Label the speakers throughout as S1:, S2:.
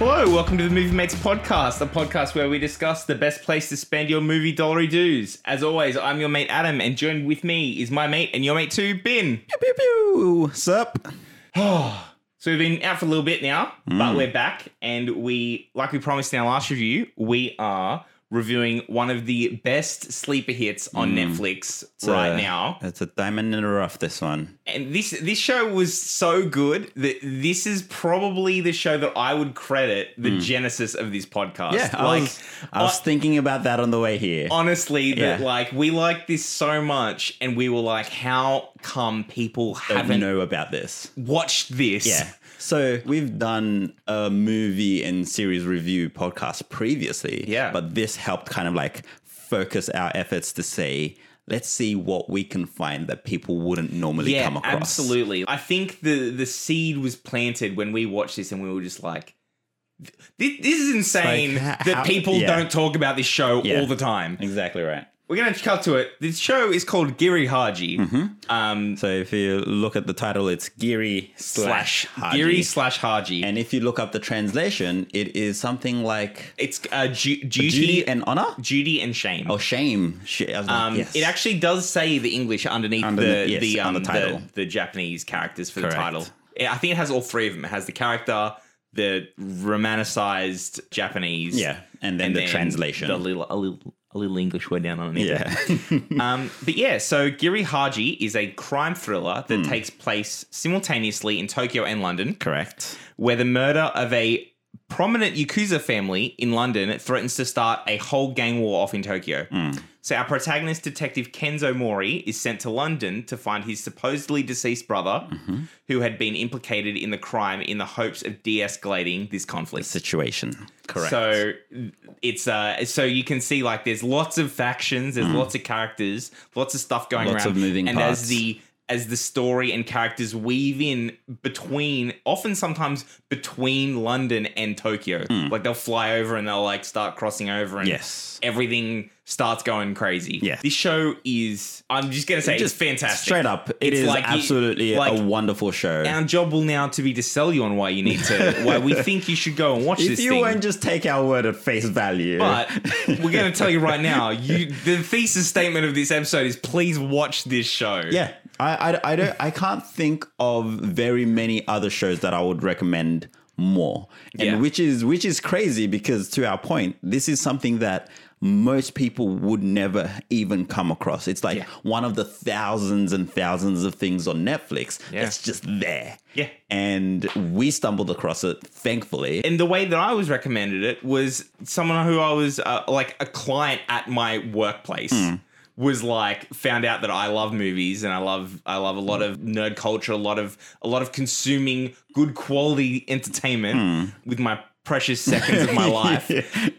S1: Hello, welcome to the Movie Mates podcast, a podcast where we discuss the best place to spend your movie dollary dues. As always, I'm your mate Adam, and joined with me is my mate and your mate too, Bin.
S2: Pew pew. Sup?
S1: So we've been out for a little bit now,
S2: Mm.
S1: but we're back, and we, like we promised in our last review, we are reviewing one of the best sleeper hits on Netflix right
S2: Mm. Uh,
S1: now.
S2: It's a diamond in the rough. This one.
S1: And this this show was so good that this is probably the show that I would credit the genesis of this podcast.
S2: Mm. I was, I was thinking about that on the way here.
S1: honestly that
S2: Yeah.
S1: like we like this so much and we were like how come people
S2: I
S1: haven't
S2: know about this.
S1: watched this
S2: Yeah. So we've done a movie and series review podcast previously.
S1: Yeah.
S2: But this helped kind of like focus our efforts to say, let's see what we can find that people wouldn't normally
S1: yeah
S2: come across.
S1: absolutely i think the the seed was planted when we watched this and we were just like this, this is insane
S2: Like, h-
S1: that
S2: how-
S1: people
S2: yeah.
S1: don't talk about this show
S2: Yeah.
S1: all the time
S2: Exactly right.
S1: we're gonna cut to it this show is called giri haji
S2: Mm-hmm.
S1: um
S2: So if you look at the title, it's Geary slash
S1: slash
S2: Haji.
S1: giri slash haji and
S2: and if you look up the translation, it is something like
S1: it's uh, ju- duty
S2: duty Oh,
S1: and
S2: and honor
S1: duty and shame
S2: or shame. Sh- I was like,
S1: Um,
S2: yes.
S1: It actually does say the English underneath
S2: Under
S1: the
S2: the- yes,
S1: the, um,
S2: on the title.
S1: the the Japanese characters for the
S2: Correct.
S1: title. Yeah, I think it has all three of them. It has the character, the romanticized Japanese,
S2: yeah, and then the
S1: then
S2: translation.
S1: the little a little a little English word down on it.
S2: yeah,
S1: Um, but yeah, so Giri Haji is a crime thriller
S2: Hmm.
S1: that takes place simultaneously in Tokyo and London,
S2: correct.
S1: where the murder of a prominent Yakuza family in London threatens to start a whole gang war off in Tokyo. So our protagonist, Detective Kenzo Mori, is sent to London to find his supposedly deceased brother, who had been implicated in the crime in the hopes of de-escalating this conflict.
S2: Situation, correct.
S1: So it's uh so you can see like there's lots of factions, there's lots of characters, lots of stuff going
S2: Hmm. Lots
S1: around,
S2: of moving
S1: and
S2: parts.
S1: as the as the story and characters weave in between, often sometimes between London and Tokyo, like they'll fly over and they'll like start crossing over, and
S2: Hmm. yes,
S1: everything starts going crazy.
S2: Yeah.
S1: this show is. I'm just gonna say
S2: Just
S1: it's fantastic.
S2: Straight up,
S1: It's
S2: it's
S1: like you-
S2: absolutely
S1: like-
S2: a wonderful show.
S1: Our job will now to be to sell you on why you need to, why we think you should go and watch
S2: if
S1: this.
S2: you
S1: thing.
S2: won't just take our word at face value,
S1: But we're going to tell you right now, you the thesis statement of this episode is please watch this show.
S2: yeah, I, I, I don't, I can't think of very many other shows that I would recommend more. And
S1: Yeah.
S2: which is which is crazy because to our point, this is something that most people would never even come across. It's like
S1: Yeah.
S2: one of the thousands and thousands of things on Netflix
S1: Yeah.
S2: that's just there.
S1: Yeah.
S2: And we stumbled across it, thankfully.
S1: And the way that I was recommended it was someone who I was uh, like a client at my workplace. Was like found out that I love movies and I love I love a lot of nerd culture, a lot of a lot of consuming good quality entertainment with my precious seconds of my life.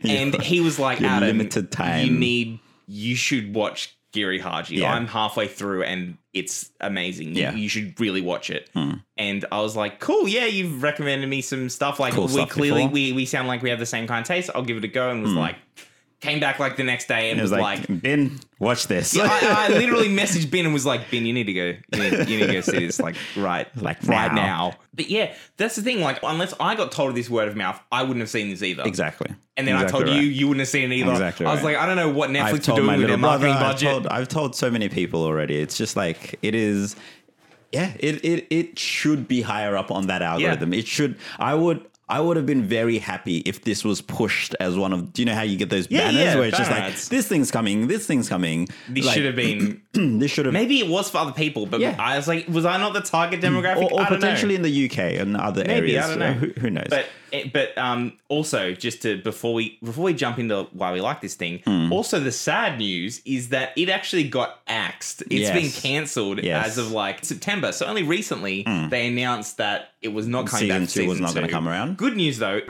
S1: and he was like,
S2: Your
S1: Adam,
S2: limited time.
S1: you need, you should watch Giri Haji.
S2: Yeah.
S1: I'm halfway through and it's amazing. You-
S2: Yeah. Hmm.
S1: You, should really watch it. And I was like, cool, yeah, you've recommended me some stuff. Like,
S2: Cool
S1: we
S2: stuff
S1: clearly,
S2: before. Hmm.
S1: we, we sound like we have the same kind of taste. I'll give it a go. And was like, came back like the next day and
S2: it
S1: was
S2: was
S1: like,
S2: like, Ben, watch this.
S1: I, I literally messaged Ben and was like, Ben, you need to go. You need, you need to go see this, like right,
S2: Like
S1: right
S2: now.
S1: now. But yeah, that's the thing. Like, unless I got told of this word of mouth, I wouldn't have seen this either.
S2: exactly.
S1: And then
S2: Exactly
S1: I told
S2: right.
S1: you, you wouldn't have seen it either.
S2: Exactly
S1: I was
S2: right.
S1: like, I don't know what
S2: I've
S1: Netflix are
S2: told my
S1: doing with their
S2: little brother.
S1: marketing
S2: I've
S1: budget.
S2: told, I've told so many people already. It's just like it is. Yeah, it it it should be higher up on that algorithm. It should. I would. I would have been very happy if this was pushed as one of. Do you know how you get those
S1: Yeah,
S2: banners
S1: yeah,
S2: where it's
S1: banner ads.
S2: just like this thing's coming, this thing's coming.
S1: this
S2: Like,
S1: should have been.
S2: This should have.
S1: Maybe it was for other people, but
S2: Yeah. Mm,
S1: I was like, was I not the target demographic?
S2: or, or
S1: I don't
S2: potentially
S1: know.
S2: in the UK and other
S1: Maybe
S2: areas.
S1: I don't know.
S2: Who, who knows?
S1: But it- but um, also just to before we before we jump into why we like this thing.
S2: Mm.
S1: Also, the sad news is that it actually got axed. It's
S2: Yes.
S1: been cancelled
S2: Yes. Mm.
S1: as of like September. So only recently they announced that it was not coming back.
S2: Season
S1: for
S2: two was
S1: season
S2: not gonna
S1: two.
S2: come around.
S1: Good news though,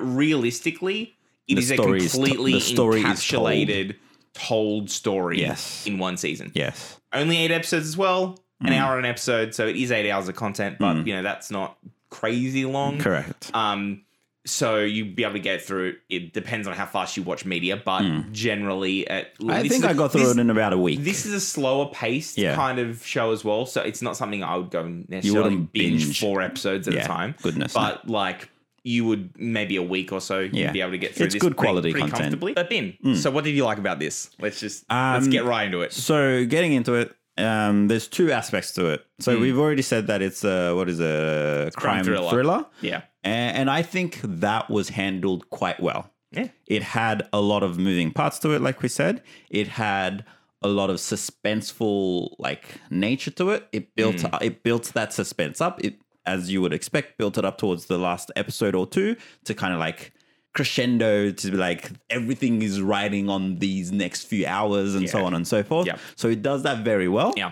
S1: realistically, it
S2: The
S1: is
S2: story
S1: a
S2: is to-
S1: completely
S2: the story is told.
S1: encapsulated. Told story
S2: Yes.
S1: in one season.
S2: yes.
S1: Only eight episodes as well,
S2: Mm.
S1: an hour an episode, so it is eight hours of content, but you know, that's not crazy long.
S2: Correct.
S1: Um, so you'd be able to get through. It depends on how fast you watch media, but generally, at
S2: Mm. I
S1: this
S2: think
S1: is-
S2: I got through
S1: this,
S2: it in about a week.
S1: This is a slower paced
S2: Yeah.
S1: kind of show as well, so it's not something I would go necessarily
S2: wouldn't
S1: binge,
S2: binge.
S1: four episodes at
S2: Yeah,
S1: a time.
S2: goodness,
S1: but like you would maybe a week or so
S2: Yeah.
S1: you'd be able to get through
S2: It's
S1: this
S2: good
S1: pretty-
S2: quality
S1: pretty
S2: content. Hmm.
S1: comfortably. But Ben, so what did you like about this? Let's just let's
S2: Um,
S1: get right into it.
S2: So getting into it, um, there's two aspects to it. So we've already said that it's a what is a Hmm. crime,
S1: thriller.
S2: thriller.
S1: Yeah,
S2: A- And, I think that was handled quite well.
S1: yeah,
S2: It had a lot of moving parts to it, like we said. It had a lot of suspenseful like nature to it. It built
S1: Hmm.
S2: it built that suspense up. It as you would expect, built it up towards the last episode or two to kind of like crescendo to be like everything is riding on these next few hours and so
S1: Yeah.
S2: on and so forth.
S1: Yeah.
S2: So it does that very well.
S1: yeah.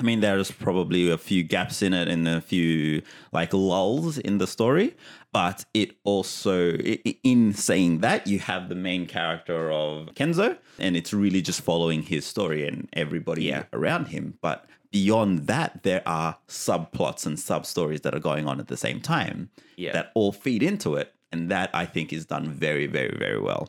S2: I mean, there's probably a few gaps in it and a few like lulls in the story, but it also, i- i- in saying that, you have the main character of Kenzo, and it's really just following his story and everybody
S1: Yeah.
S2: around him. But beyond that, there are subplots and sub stories that are going on at the same time
S1: Yeah.
S2: that all feed into it. And that I think is done very, very, very well.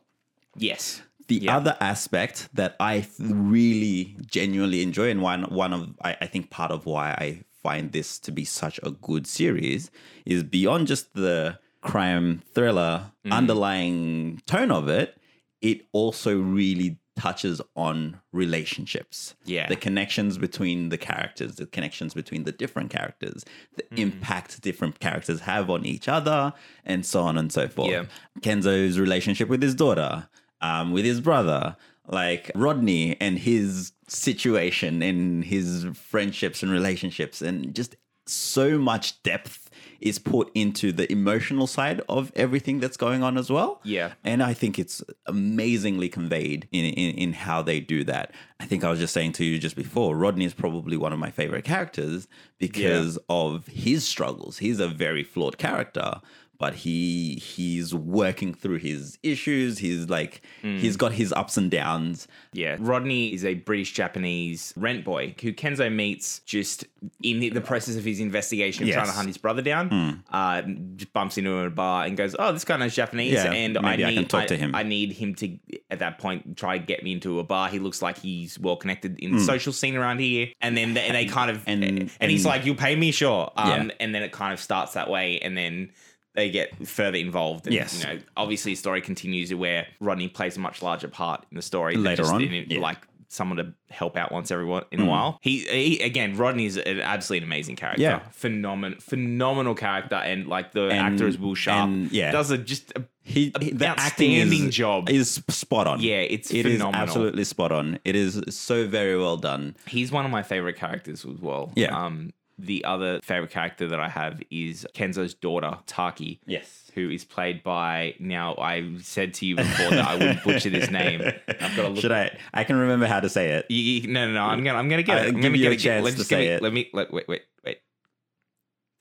S1: Yes.
S2: The
S1: Yeah.
S2: other aspect that I th- really genuinely enjoy, and one one of I, I think part of why I find this to be such a good series is beyond just the crime thriller
S1: Mm.
S2: underlying tone of it. It also really touches on relationships,
S1: Yeah.
S2: the connections between the characters, the connections between the different characters, the
S1: Hmm.
S2: impact different characters have on each other, and so on and so forth.
S1: Yeah.
S2: Kenzo's relationship with his daughter, um, with his brother, like Rodney and his situation and his friendships and relationships, and just so much depth is put into the emotional side of everything that's going on as well.
S1: Yeah.
S2: And I think it's amazingly conveyed in, in, in how they do that. I think I was just saying to you just before, Rodney is probably one of my favorite characters because of his struggles. He's a very flawed character, but he he's working through his issues. He's like
S1: Hmm.
S2: he's got his ups and downs.
S1: Yeah. Rodney is a British Japanese rent boy who Kenzo meets just in the, the process of his investigation of
S2: Yes. Hmm.
S1: trying to hunt his brother down. Uh, just bumps into him at a bar and goes, Oh, this guy knows Japanese.
S2: Yeah,
S1: and I
S2: maybe
S1: need
S2: I can talk to him."
S1: I need him to, at that point, try and get me into a bar. He looks like he's well connected in the social scene around here. And then and they kind of, and,
S2: Hmm. And-
S1: and,
S2: and-
S1: he's like, You'll pay me, sure. Um,
S2: Yeah.
S1: And then it kind of starts that way. And then. They get further involved. And,
S2: Yes.
S1: You know, obviously, the story continues where Rodney plays a much larger part in the story than
S2: Later
S1: just
S2: on,
S1: in it,
S2: yeah. Mm.
S1: like someone to help out once every one- in a while. He, he again, Rodney's an absolutely amazing character.
S2: Yeah.
S1: phenomenal, phenomenal character, and like the
S2: And-
S1: actor is Will Sharp.
S2: and, yeah.
S1: does a just a,
S2: He,
S1: a
S2: he- the acting
S1: outstanding
S2: is,
S1: job.
S2: is spot on.
S1: yeah, it's
S2: It is
S1: phenomenal.
S2: absolutely spot on. It is so very well done.
S1: He's one of my favorite characters as well.
S2: Yeah.
S1: Um, the other favorite character that I have is Kenzo's daughter Taki.
S2: Yes.
S1: Who is played by now? I said to you before that I wouldn't butcher this name. I've got to look
S2: Should I? I can remember how to say it.
S1: You, you- no, no, no. I'm gonna, I'm gonna get
S2: I'll
S1: it. I'm
S2: give
S1: gonna
S2: you
S1: get
S2: a
S1: it. Get-
S2: chance
S1: Let's
S2: to
S1: just give
S2: say
S1: me,
S2: it.
S1: Let me. Let, wait, wait, wait.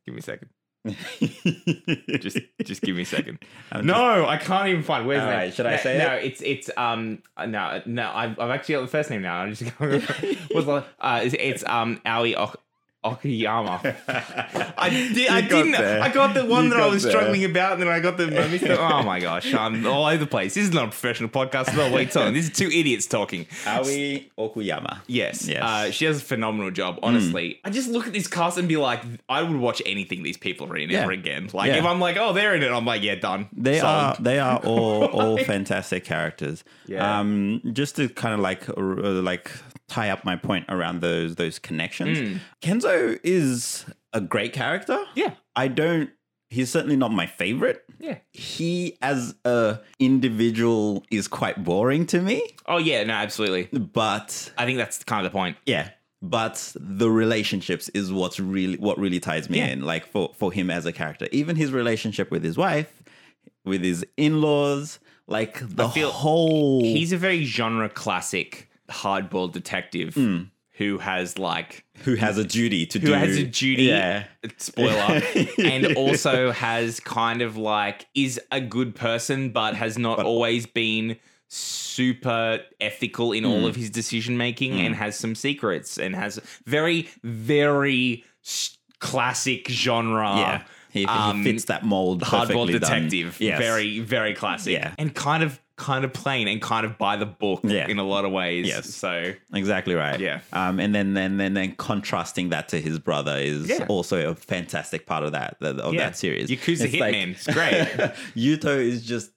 S1: Give me a second. Just, just give me a second.
S2: I'm
S1: no, I can't even find. Where's
S2: All
S1: the name?
S2: right, should
S1: no,
S2: I say
S1: No, it's, it's, um, no, no. I've, I've actually got the first name now. I'm just going. what's the, uh, it's, it's, um, Aoi ok- Okuyama. I did. I
S2: You got
S1: didn't.
S2: there.
S1: I got the one
S2: You
S1: that I
S2: got
S1: was
S2: there.
S1: struggling about, and then I got the. I missed the oh my gosh! I'm all over the place. This is not a professional podcast. This is not what it's on. This is two idiots talking.
S2: Aoi Okuyama.
S1: Yes.
S2: Yes. Mm.
S1: Uh, she does a phenomenal job, honestly. I just look at this cast and be like, I would watch anything these people are in
S2: Yeah.
S1: ever again. Like,
S2: Yeah.
S1: if I'm like, oh, they're in it, I'm like, yeah, done.
S2: They
S1: Sold.
S2: are they are all all fantastic characters.
S1: Yeah.
S2: Um, just to kind of like r- uh, like tie up my point around those those connections. Kenzo is a great character.
S1: Hmm. Yeah.
S2: I don't. He's certainly not my favorite.
S1: Yeah.
S2: He as a individual is quite boring to me.
S1: Oh, yeah, no, absolutely.
S2: But
S1: I think that's kind of the point.
S2: Yeah. But the relationships is what's really what really ties me
S1: Yeah.
S2: in. Like for for him as a character, even his relationship with his wife, with his in laws, like the
S1: feel-
S2: whole.
S1: He's a very genre classic hardboiled detective
S2: Mm.
S1: who has, like,
S2: who has a duty to
S1: who
S2: do.
S1: has a duty
S2: Yeah.
S1: spoiler and also has kind of like is a good person but has not always been super ethical in
S2: Hmm.
S1: all of his decision making and has some secrets and has very very s- classic genre
S2: Yeah. Ah, He, he
S1: um,
S2: fits that mold.
S1: hardball
S2: perfectly done.
S1: detective
S2: Yes.
S1: very very classic
S2: Yeah.
S1: and kind of kind of plain and kind of by the book
S2: Yeah.
S1: in a lot of ways.
S2: Yes.
S1: So
S2: Exactly right.
S1: Yeah.
S2: Um, and then then then then contrasting that to his brother is
S1: Yeah.
S2: also a fantastic part of that that- of
S1: yeah.
S2: that series.
S1: Yakuza
S2: It's like-
S1: Hitman. it's great.
S2: Yuto is just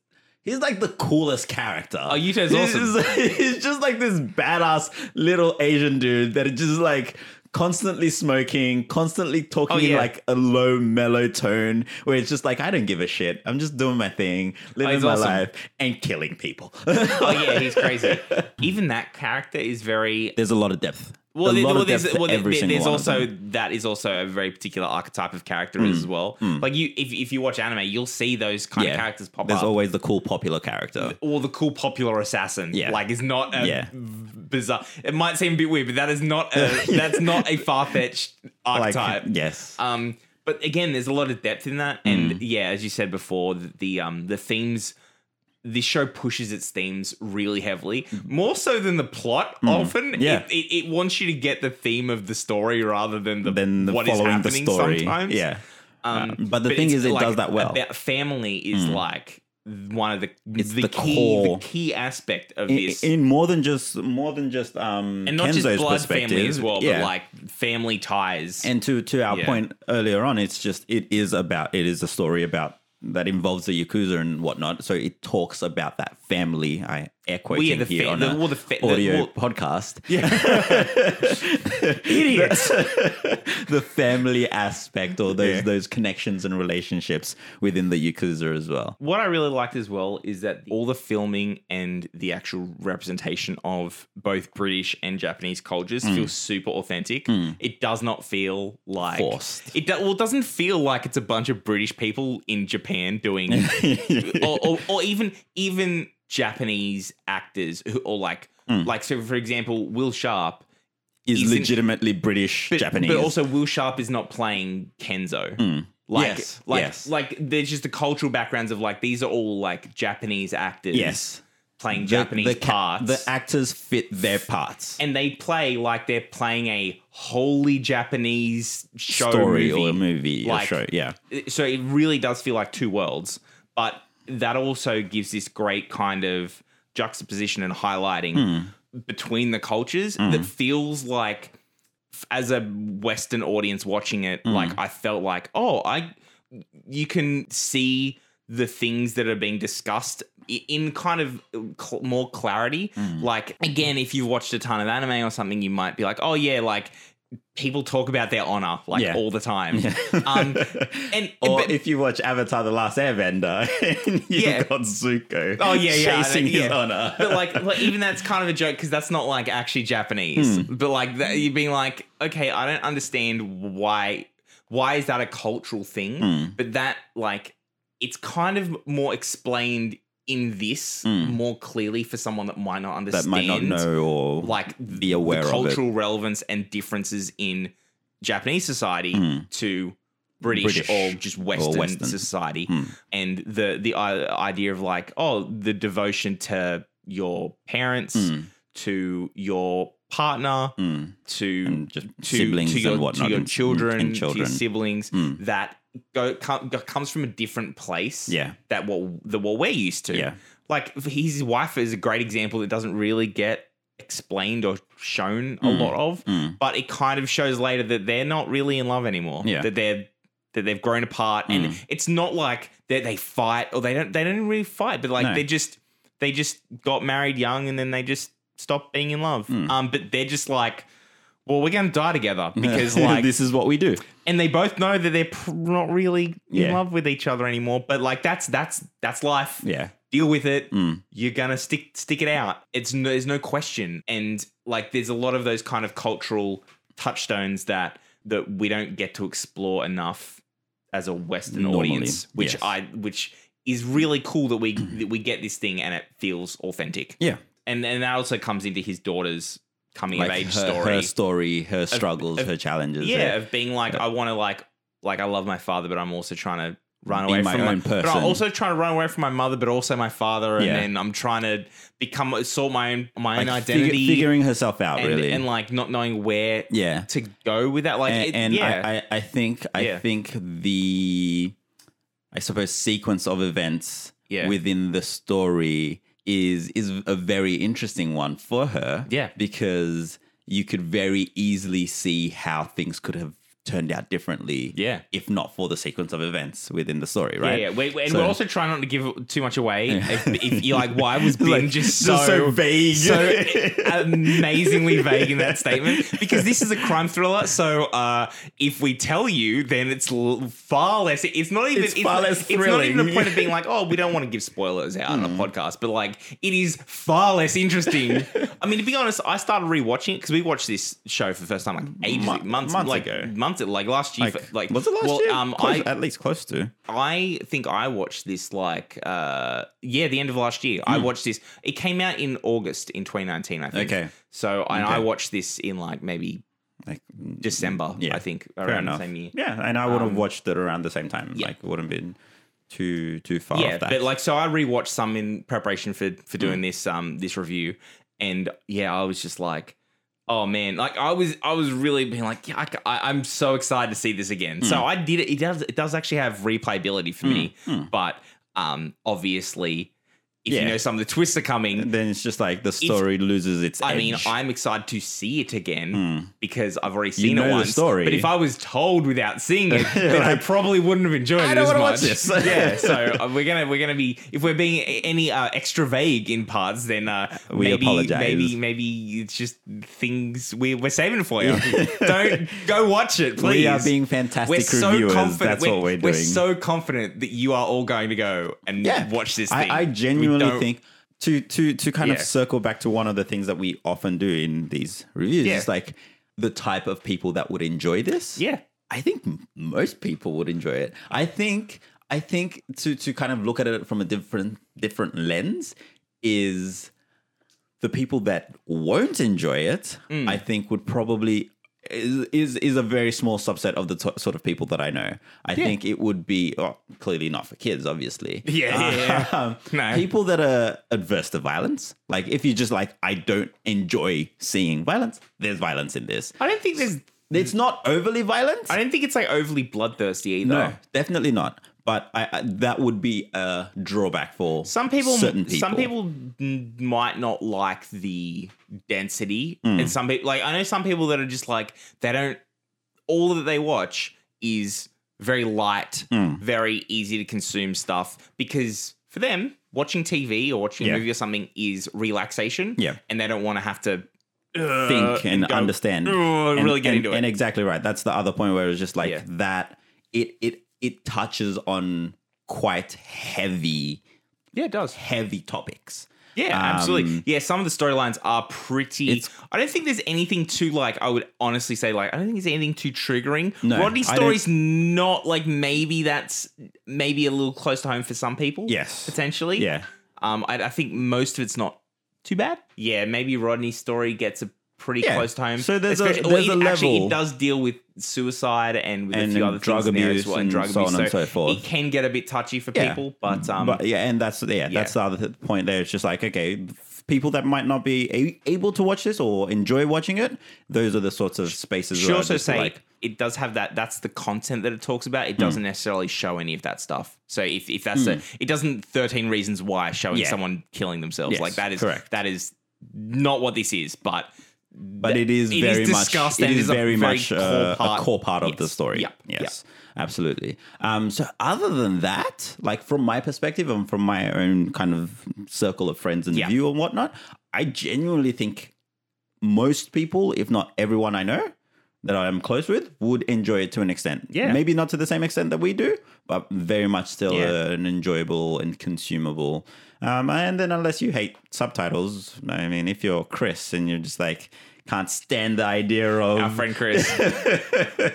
S2: he's like the coolest character. Oh,
S1: Yuto's awesome.
S2: He's, just like this badass little Asian dude that is just like constantly smoking, constantly talking
S1: Oh, yeah.
S2: in like a low mellow tone where it's just like I don't give a shit. I'm just doing my thing, living
S1: Oh, he's
S2: my
S1: awesome.
S2: life and killing people.
S1: oh yeah, he's crazy. Even that character is very
S2: there's a lot of depth.
S1: well,
S2: a
S1: there-
S2: lot
S1: well,
S2: of
S1: there's,
S2: depth to
S1: well, there-
S2: every
S1: there-
S2: single
S1: there's
S2: one of
S1: also
S2: them. Mm.
S1: that is also a very particular archetype of character as well. Like you, if, if you watch anime, you'll see those kind of characters pop
S2: There's
S1: up.
S2: always the cool popular character.
S1: or the cool popular assassin,
S2: Yeah.
S1: like is not a
S2: Yeah.
S1: bizarre. It might seem a bit weird, but that is not a that's not a far fetched
S2: Like
S1: archetype.
S2: yes.
S1: Um, but again, there's a lot of depth in that, and
S2: Mm.
S1: yeah, as you said before, the, the um the themes. This show pushes its themes really heavily, more so than the plot. Often,
S2: Mm. Yeah.
S1: it, it, it wants you to get the theme of the story rather than the
S2: Then the
S1: what is
S2: following the
S1: happening
S2: story.
S1: Sometimes,
S2: Yeah.
S1: Um,
S2: but the thing
S1: it's
S2: is, it
S1: like
S2: does that well. Mm.
S1: About family is like one of the
S2: It's
S1: the,
S2: the
S1: key
S2: core.
S1: the key aspect of
S2: in,
S1: this,
S2: in more than just more than just um
S1: and not
S2: Kenzo's
S1: just blood
S2: perspective
S1: family as well,
S2: yeah.
S1: but like family ties.
S2: and to to our
S1: Yeah.
S2: point earlier on it's just it is about it is a story about that involves the yakuza and whatnot so it talks about that family i air quoting
S1: yeah, the
S2: here
S1: fa-
S2: on
S1: the-
S2: a
S1: well, the fa- the-
S2: audio
S1: well-
S2: podcast yeah idiots the family aspect or those
S1: Yeah.
S2: those connections and relationships within the yakuza as well
S1: what I really liked as well is that all the filming and the actual representation of both British and Japanese cultures
S2: Mm.
S1: feels super authentic. It does not feel like
S2: Forced.
S1: It do- well it doesn't feel like it's a bunch of British people in Japan doing or, or, or even even Japanese actors who or like
S2: Mm.
S1: like so for example Will Sharp
S2: is
S1: Isn't-
S2: legitimately british
S1: but,
S2: japanese Mm.
S1: but also Will Sharp is not playing Kenzo like
S2: Yes,
S1: like
S2: yes.
S1: like there's just the cultural backgrounds of like these are all like Japanese actors
S2: yes
S1: playing
S2: The-
S1: Japanese
S2: the, ca-
S1: parts
S2: the actors fit their parts
S1: and they play like they're playing a wholly Japanese show
S2: story
S1: movie.
S2: or a movie
S1: Like-
S2: or show. Yeah.
S1: so it really does feel like two worlds but that also gives this great kind of juxtaposition and highlighting
S2: Hmm.
S1: between the cultures
S2: Mm-hmm.
S1: that feels like f- as a western audience watching it
S2: Mm.
S1: like i felt like oh i you can see the things that are being discussed i- in kind of cl- more clarity
S2: Hmm,
S1: like again if you've watched a ton of anime or something you might be like oh yeah like people talk about their honor like
S2: Yeah.
S1: all the time um and
S2: Or
S1: but-
S2: if you watch Avatar: The Last Airbender, and you've
S1: Yeah.
S2: got Zuko.
S1: Oh, yeah, yeah, I
S2: chasing
S1: know,
S2: his
S1: yeah.
S2: honor.
S1: but like, like, even that's kind of a joke because that's not like actually Japanese.
S2: Hmm.
S1: But like that, you're being like, okay, I don't understand why. Why is that a cultural thing?
S2: Hmm.
S1: But that like, it's kind of more explained in this more clearly for someone that might not understand
S2: Hmm. that might not know or
S1: like
S2: be aware
S1: the
S2: of it.
S1: cultural relevance and differences in Japanese society
S2: Hmm,
S1: to British,
S2: British
S1: or just Western,
S2: Western. Hmm.
S1: society, and the the i- idea of like oh the devotion to your parents,
S2: Hmm.
S1: to your partner, to
S2: And just
S1: to,
S2: siblings
S1: to your,
S2: and whatnot
S1: to your
S2: and-
S1: children,
S2: and
S1: to your
S2: children. Hmm. Mm,
S1: siblings that go com- go- comes from a different place
S2: Yeah.
S1: that what the what we're used to.
S2: Yeah.
S1: Like his wife is a great example that doesn't really get explained or shown
S2: Hmm.
S1: a lot of,
S2: Mm.
S1: but it kind of shows later that they're not really in love anymore.
S2: Yeah. Mm.
S1: That they're that they've grown apart and it's not like that they fight or they don't they don't really fight, but like
S2: No.
S1: they just they just got married young and then they just stopped being in love.
S2: Mm.
S1: Um but they're just like well, we're going to die together because, like,
S2: this is what we do.
S1: and they both know that they're pr- not really in
S2: Yeah.
S1: love with each other anymore. But like that's that's that's life.
S2: Yeah,
S1: Deal with it.
S2: Mm.
S1: You're gonna stick stick it out. It's no, there's no question. And like there's a lot of those kind of cultural touchstones that that we don't get to explore enough as a Western
S2: Normally,
S1: audience, which
S2: yes.
S1: I which is really cool that we that we get this thing and it feels authentic.
S2: yeah.
S1: And and that also comes into his daughter's coming
S2: Like
S1: of age
S2: her
S1: story
S2: her story, her struggles,
S1: of-
S2: her challenges.
S1: yeah, of being like I want to like like I love my father, but I'm also trying to run
S2: Be
S1: away
S2: my
S1: from
S2: own
S1: my, But
S2: person.
S1: I'm also trying to run away from my mother, but also my father, and
S2: Yeah.
S1: then I'm trying to become sort my own my own
S2: Like, fig-
S1: identity
S2: figuring herself out
S1: and,
S2: really,
S1: and like not knowing where
S2: yeah.
S1: to go with that. Like
S2: and,
S1: it,
S2: and
S1: yeah,
S2: I, I, I think I
S1: Yeah.
S2: think the I suppose sequence of events
S1: Yeah.
S2: within the story is is a very interesting one for her.
S1: Yeah.
S2: Because you could very easily see how things could have turned out differently.
S1: Yeah.
S2: If not for the sequence of events within the story, right?
S1: Yeah, yeah. We, we- and
S2: So-
S1: we're also trying not to give too much away. If, if you're like, why was Ben
S2: Like,
S1: just
S2: just so
S1: so
S2: vague.
S1: so amazingly vague in that statement? Because this is a crime thriller, so uh, if we tell you, then it's l- far less. It's not even.
S2: It's far less
S1: It's not even
S2: thrilling. Mm.
S1: the point of being like, oh, we don't want to give spoilers out on a podcast, but like, it is far less interesting. I mean, to be honest, I started rewatching it because we watched this show for the first time like ages,
S2: Mon-
S1: months,
S2: months
S1: like,
S2: ago.
S1: months like last year.
S2: Like,
S1: for, like
S2: was it last
S1: well,
S2: year?
S1: Um,
S2: Close-
S1: I,
S2: at least close to.
S1: I think I watched this like uh yeah, the end of last year.
S2: Hmm.
S1: I watched this. It came out in August in 2019, I think.
S2: Okay.
S1: So and
S2: Okay.
S1: I watched this in like maybe
S2: Like
S1: December,
S2: Yeah.
S1: I think,
S2: fair
S1: around the
S2: enough.
S1: same year. Um,
S2: Yeah, and I would have watched it around the same time. Like it wouldn't been too too far
S1: Yeah,
S2: off that.
S1: but like so I rewatched some in preparation for for doing this um this review and yeah, I was just like oh man, like I was I was really being like yeah, I, ca- I, am so excited to see this again. So
S2: Hmm.
S1: I did it it does it does actually have replayability for me, but um obviously if
S2: Yeah.
S1: you know some of the twists are coming,
S2: then it's just like the story loses its
S1: I
S2: edge. Hmm.
S1: mean, I'm excited to see it again because I've already seen
S2: know
S1: it
S2: the
S1: once.
S2: story.
S1: But if I was told without seeing it, then I
S2: Like,
S1: probably wouldn't have enjoyed it
S2: don't
S1: as
S2: wanna
S1: much.
S2: watch this.
S1: yeah, so uh, we're gonna we're gonna be if we're being a- any uh, extra vague in parts, then uh,
S2: We
S1: maybe,
S2: apologize.
S1: Maybe maybe it's just things we, we're saving for you. Don't go watch it, please.
S2: we are being fantastic
S1: We're so
S2: reviewers.
S1: confident.
S2: That's
S1: we're,
S2: what we're doing.
S1: We're so confident that you are all going to go and watch this.
S2: I,
S1: thing.
S2: I
S1: We
S2: genuinely
S1: don't-
S2: think to to to kind of
S1: Yeah.
S2: circle back to one of the things that we often do in these reviews
S1: Yeah.
S2: is like the type of people that would enjoy this.
S1: Yeah.
S2: I think m- most people would enjoy it. I think I think to to kind of look at it from a different different lens is the people that won't enjoy it.
S1: Mm.
S2: I think would probably is, is is a very small subset of the t- sort of people that I know. I think it would be oh, clearly not for kids, obviously.
S1: Yeah, yeah, yeah.
S2: Um,
S1: No.
S2: People that are adverse to violence, like if you're just like, I don't enjoy seeing violence, there's violence in this.
S1: I don't think there's.
S2: It's not overly violent.
S1: Mm. I don't think it's like overly bloodthirsty either.
S2: no, definitely not. But I, I, that would be a drawback for
S1: Some people,
S2: Certain people.
S1: some people n- might not like the density,
S2: Mm.
S1: and some people like I know some people that are just like they don't. All that they watch is very light,
S2: Mm.
S1: very easy to consume stuff because for them, watching TV or watching
S2: Yeah.
S1: a movie or something is relaxation.
S2: Yeah.
S1: and they don't want to have to uh,
S2: think and,
S1: go,
S2: understand.
S1: "Ugh," and really get into it.
S2: And exactly right. That's the other point where it's just like
S1: Yeah.
S2: that. It it it touches on quite heavy
S1: yeah, it does.
S2: heavy topics.
S1: Yeah,
S2: Um,
S1: absolutely. Yeah, some of the storylines are pretty.
S2: It's-
S1: I don't think there's anything too like. I would honestly say like I don't think there's anything too triggering.
S2: No,
S1: Rodney's
S2: I
S1: story's not like maybe that's maybe a little close to home for some people.
S2: Yes.
S1: potentially.
S2: Yeah.
S1: Um, I, I think most of it's not too bad. Yeah, maybe Rodney's story gets a pretty
S2: Yeah.
S1: close to home.
S2: So there's a-
S1: Especially-
S2: there's
S1: well,
S2: a
S1: it Actually,
S2: level-
S1: it does deal with suicide and with
S2: And
S1: a few other
S2: drug
S1: things in there
S2: abuse
S1: as well,
S2: and so on and so forth.
S1: It can get a bit touchy for
S2: Yeah. Mm,
S1: people, but um,
S2: but yeah, and that's yeah, that's the other th- point there. It's just like okay, f- people that might not be a- able to watch this or enjoy watching it, those are the sorts of spaces.
S1: She
S2: where I
S1: also
S2: just
S1: say
S2: like Hmm.
S1: it does have that. That's the content that it talks about. It doesn't necessarily show any of that stuff. So if, if that's a, it doesn't thirteen reasons why showing
S2: Yeah.
S1: someone killing themselves
S2: Yes,
S1: like that is
S2: correct.
S1: that is not what this is. But
S2: but it is
S1: it
S2: very
S1: is
S2: much
S1: discussed
S2: it
S1: and
S2: is
S1: is a
S2: very
S1: very
S2: much
S1: core
S2: uh, a
S1: part.
S2: core part of the
S1: Yes.
S2: story.
S1: Yep.
S2: Yes,
S1: Yep.
S2: absolutely. Um, so other than that, like from my perspective and from my own kind of circle of friends and
S1: Yep.
S2: view and whatnot, I genuinely think most people, if not everyone I know that I am close with, would enjoy it to an extent.
S1: Yeah.
S2: maybe not to the same extent that we do, but very much still
S1: Yeah.
S2: an enjoyable and consumable. Um, and then unless you hate subtitles, I mean, if you're Chris and you're just like can't stand the idea of
S1: our friend Chris,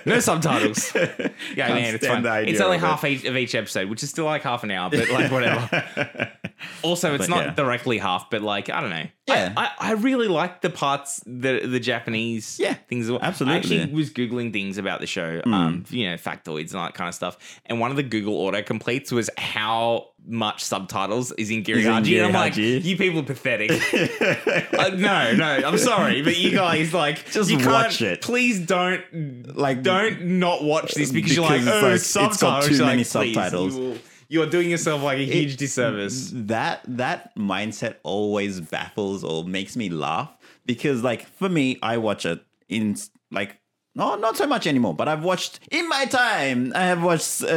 S1: no subtitles. Yeah, man, it's
S2: stand
S1: fine.
S2: the idea
S1: It's only
S2: of it.
S1: half each, of each episode, which is still like half an hour, but like whatever. also, it's
S2: But
S1: not
S2: yeah.
S1: directly half, but like I don't know.
S2: Yeah.
S1: I, I, I really like the parts the the Japanese
S2: Yeah,
S1: things. as well. I
S2: absolutely. Hmm.
S1: actually was googling things about the show, um, you know, factoids and all that kind of stuff. And one of the Google autocompletes was how much subtitles is in Girihaji. And I'm like,
S2: Girihaji.
S1: you people are pathetic. Uh, no, no, I'm sorry, but you guys like
S2: Just
S1: you can't-
S2: watch it.
S1: Please don't
S2: like
S1: don't not watch this because, you're
S2: Because
S1: like,
S2: it's
S1: oh,
S2: like, it's got
S1: subtitles.
S2: too
S1: You're
S2: many
S1: like, "Please,
S2: subtitles."
S1: You will, You're doing yourself like a huge disservice.
S2: That that mindset always baffles or makes me laugh because like for me, I watch it in like no, not so much anymore. But I've watched in my time. I have watched uh,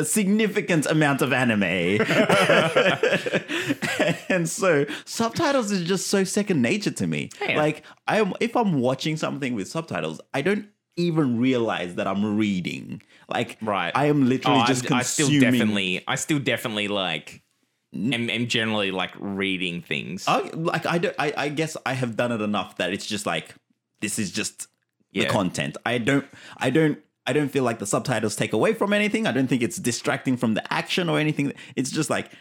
S2: a significant amount of anime, and so subtitles is just so second nature to me.
S1: Yeah.
S2: Like I, am if I'm watching something with subtitles, I don't even realize that I'm reading. Like
S1: Right.
S2: I am literally
S1: Oh,
S2: just
S1: I, I
S2: consuming.
S1: still definitely, I still definitely like, am, am generally like reading things.
S2: I, like I don't. I, I guess I have done it enough that it's just like this is just
S1: Yeah.
S2: the content. I don't. I don't. I don't feel like the subtitles take away from anything. I don't think it's distracting from the action or anything. It's just like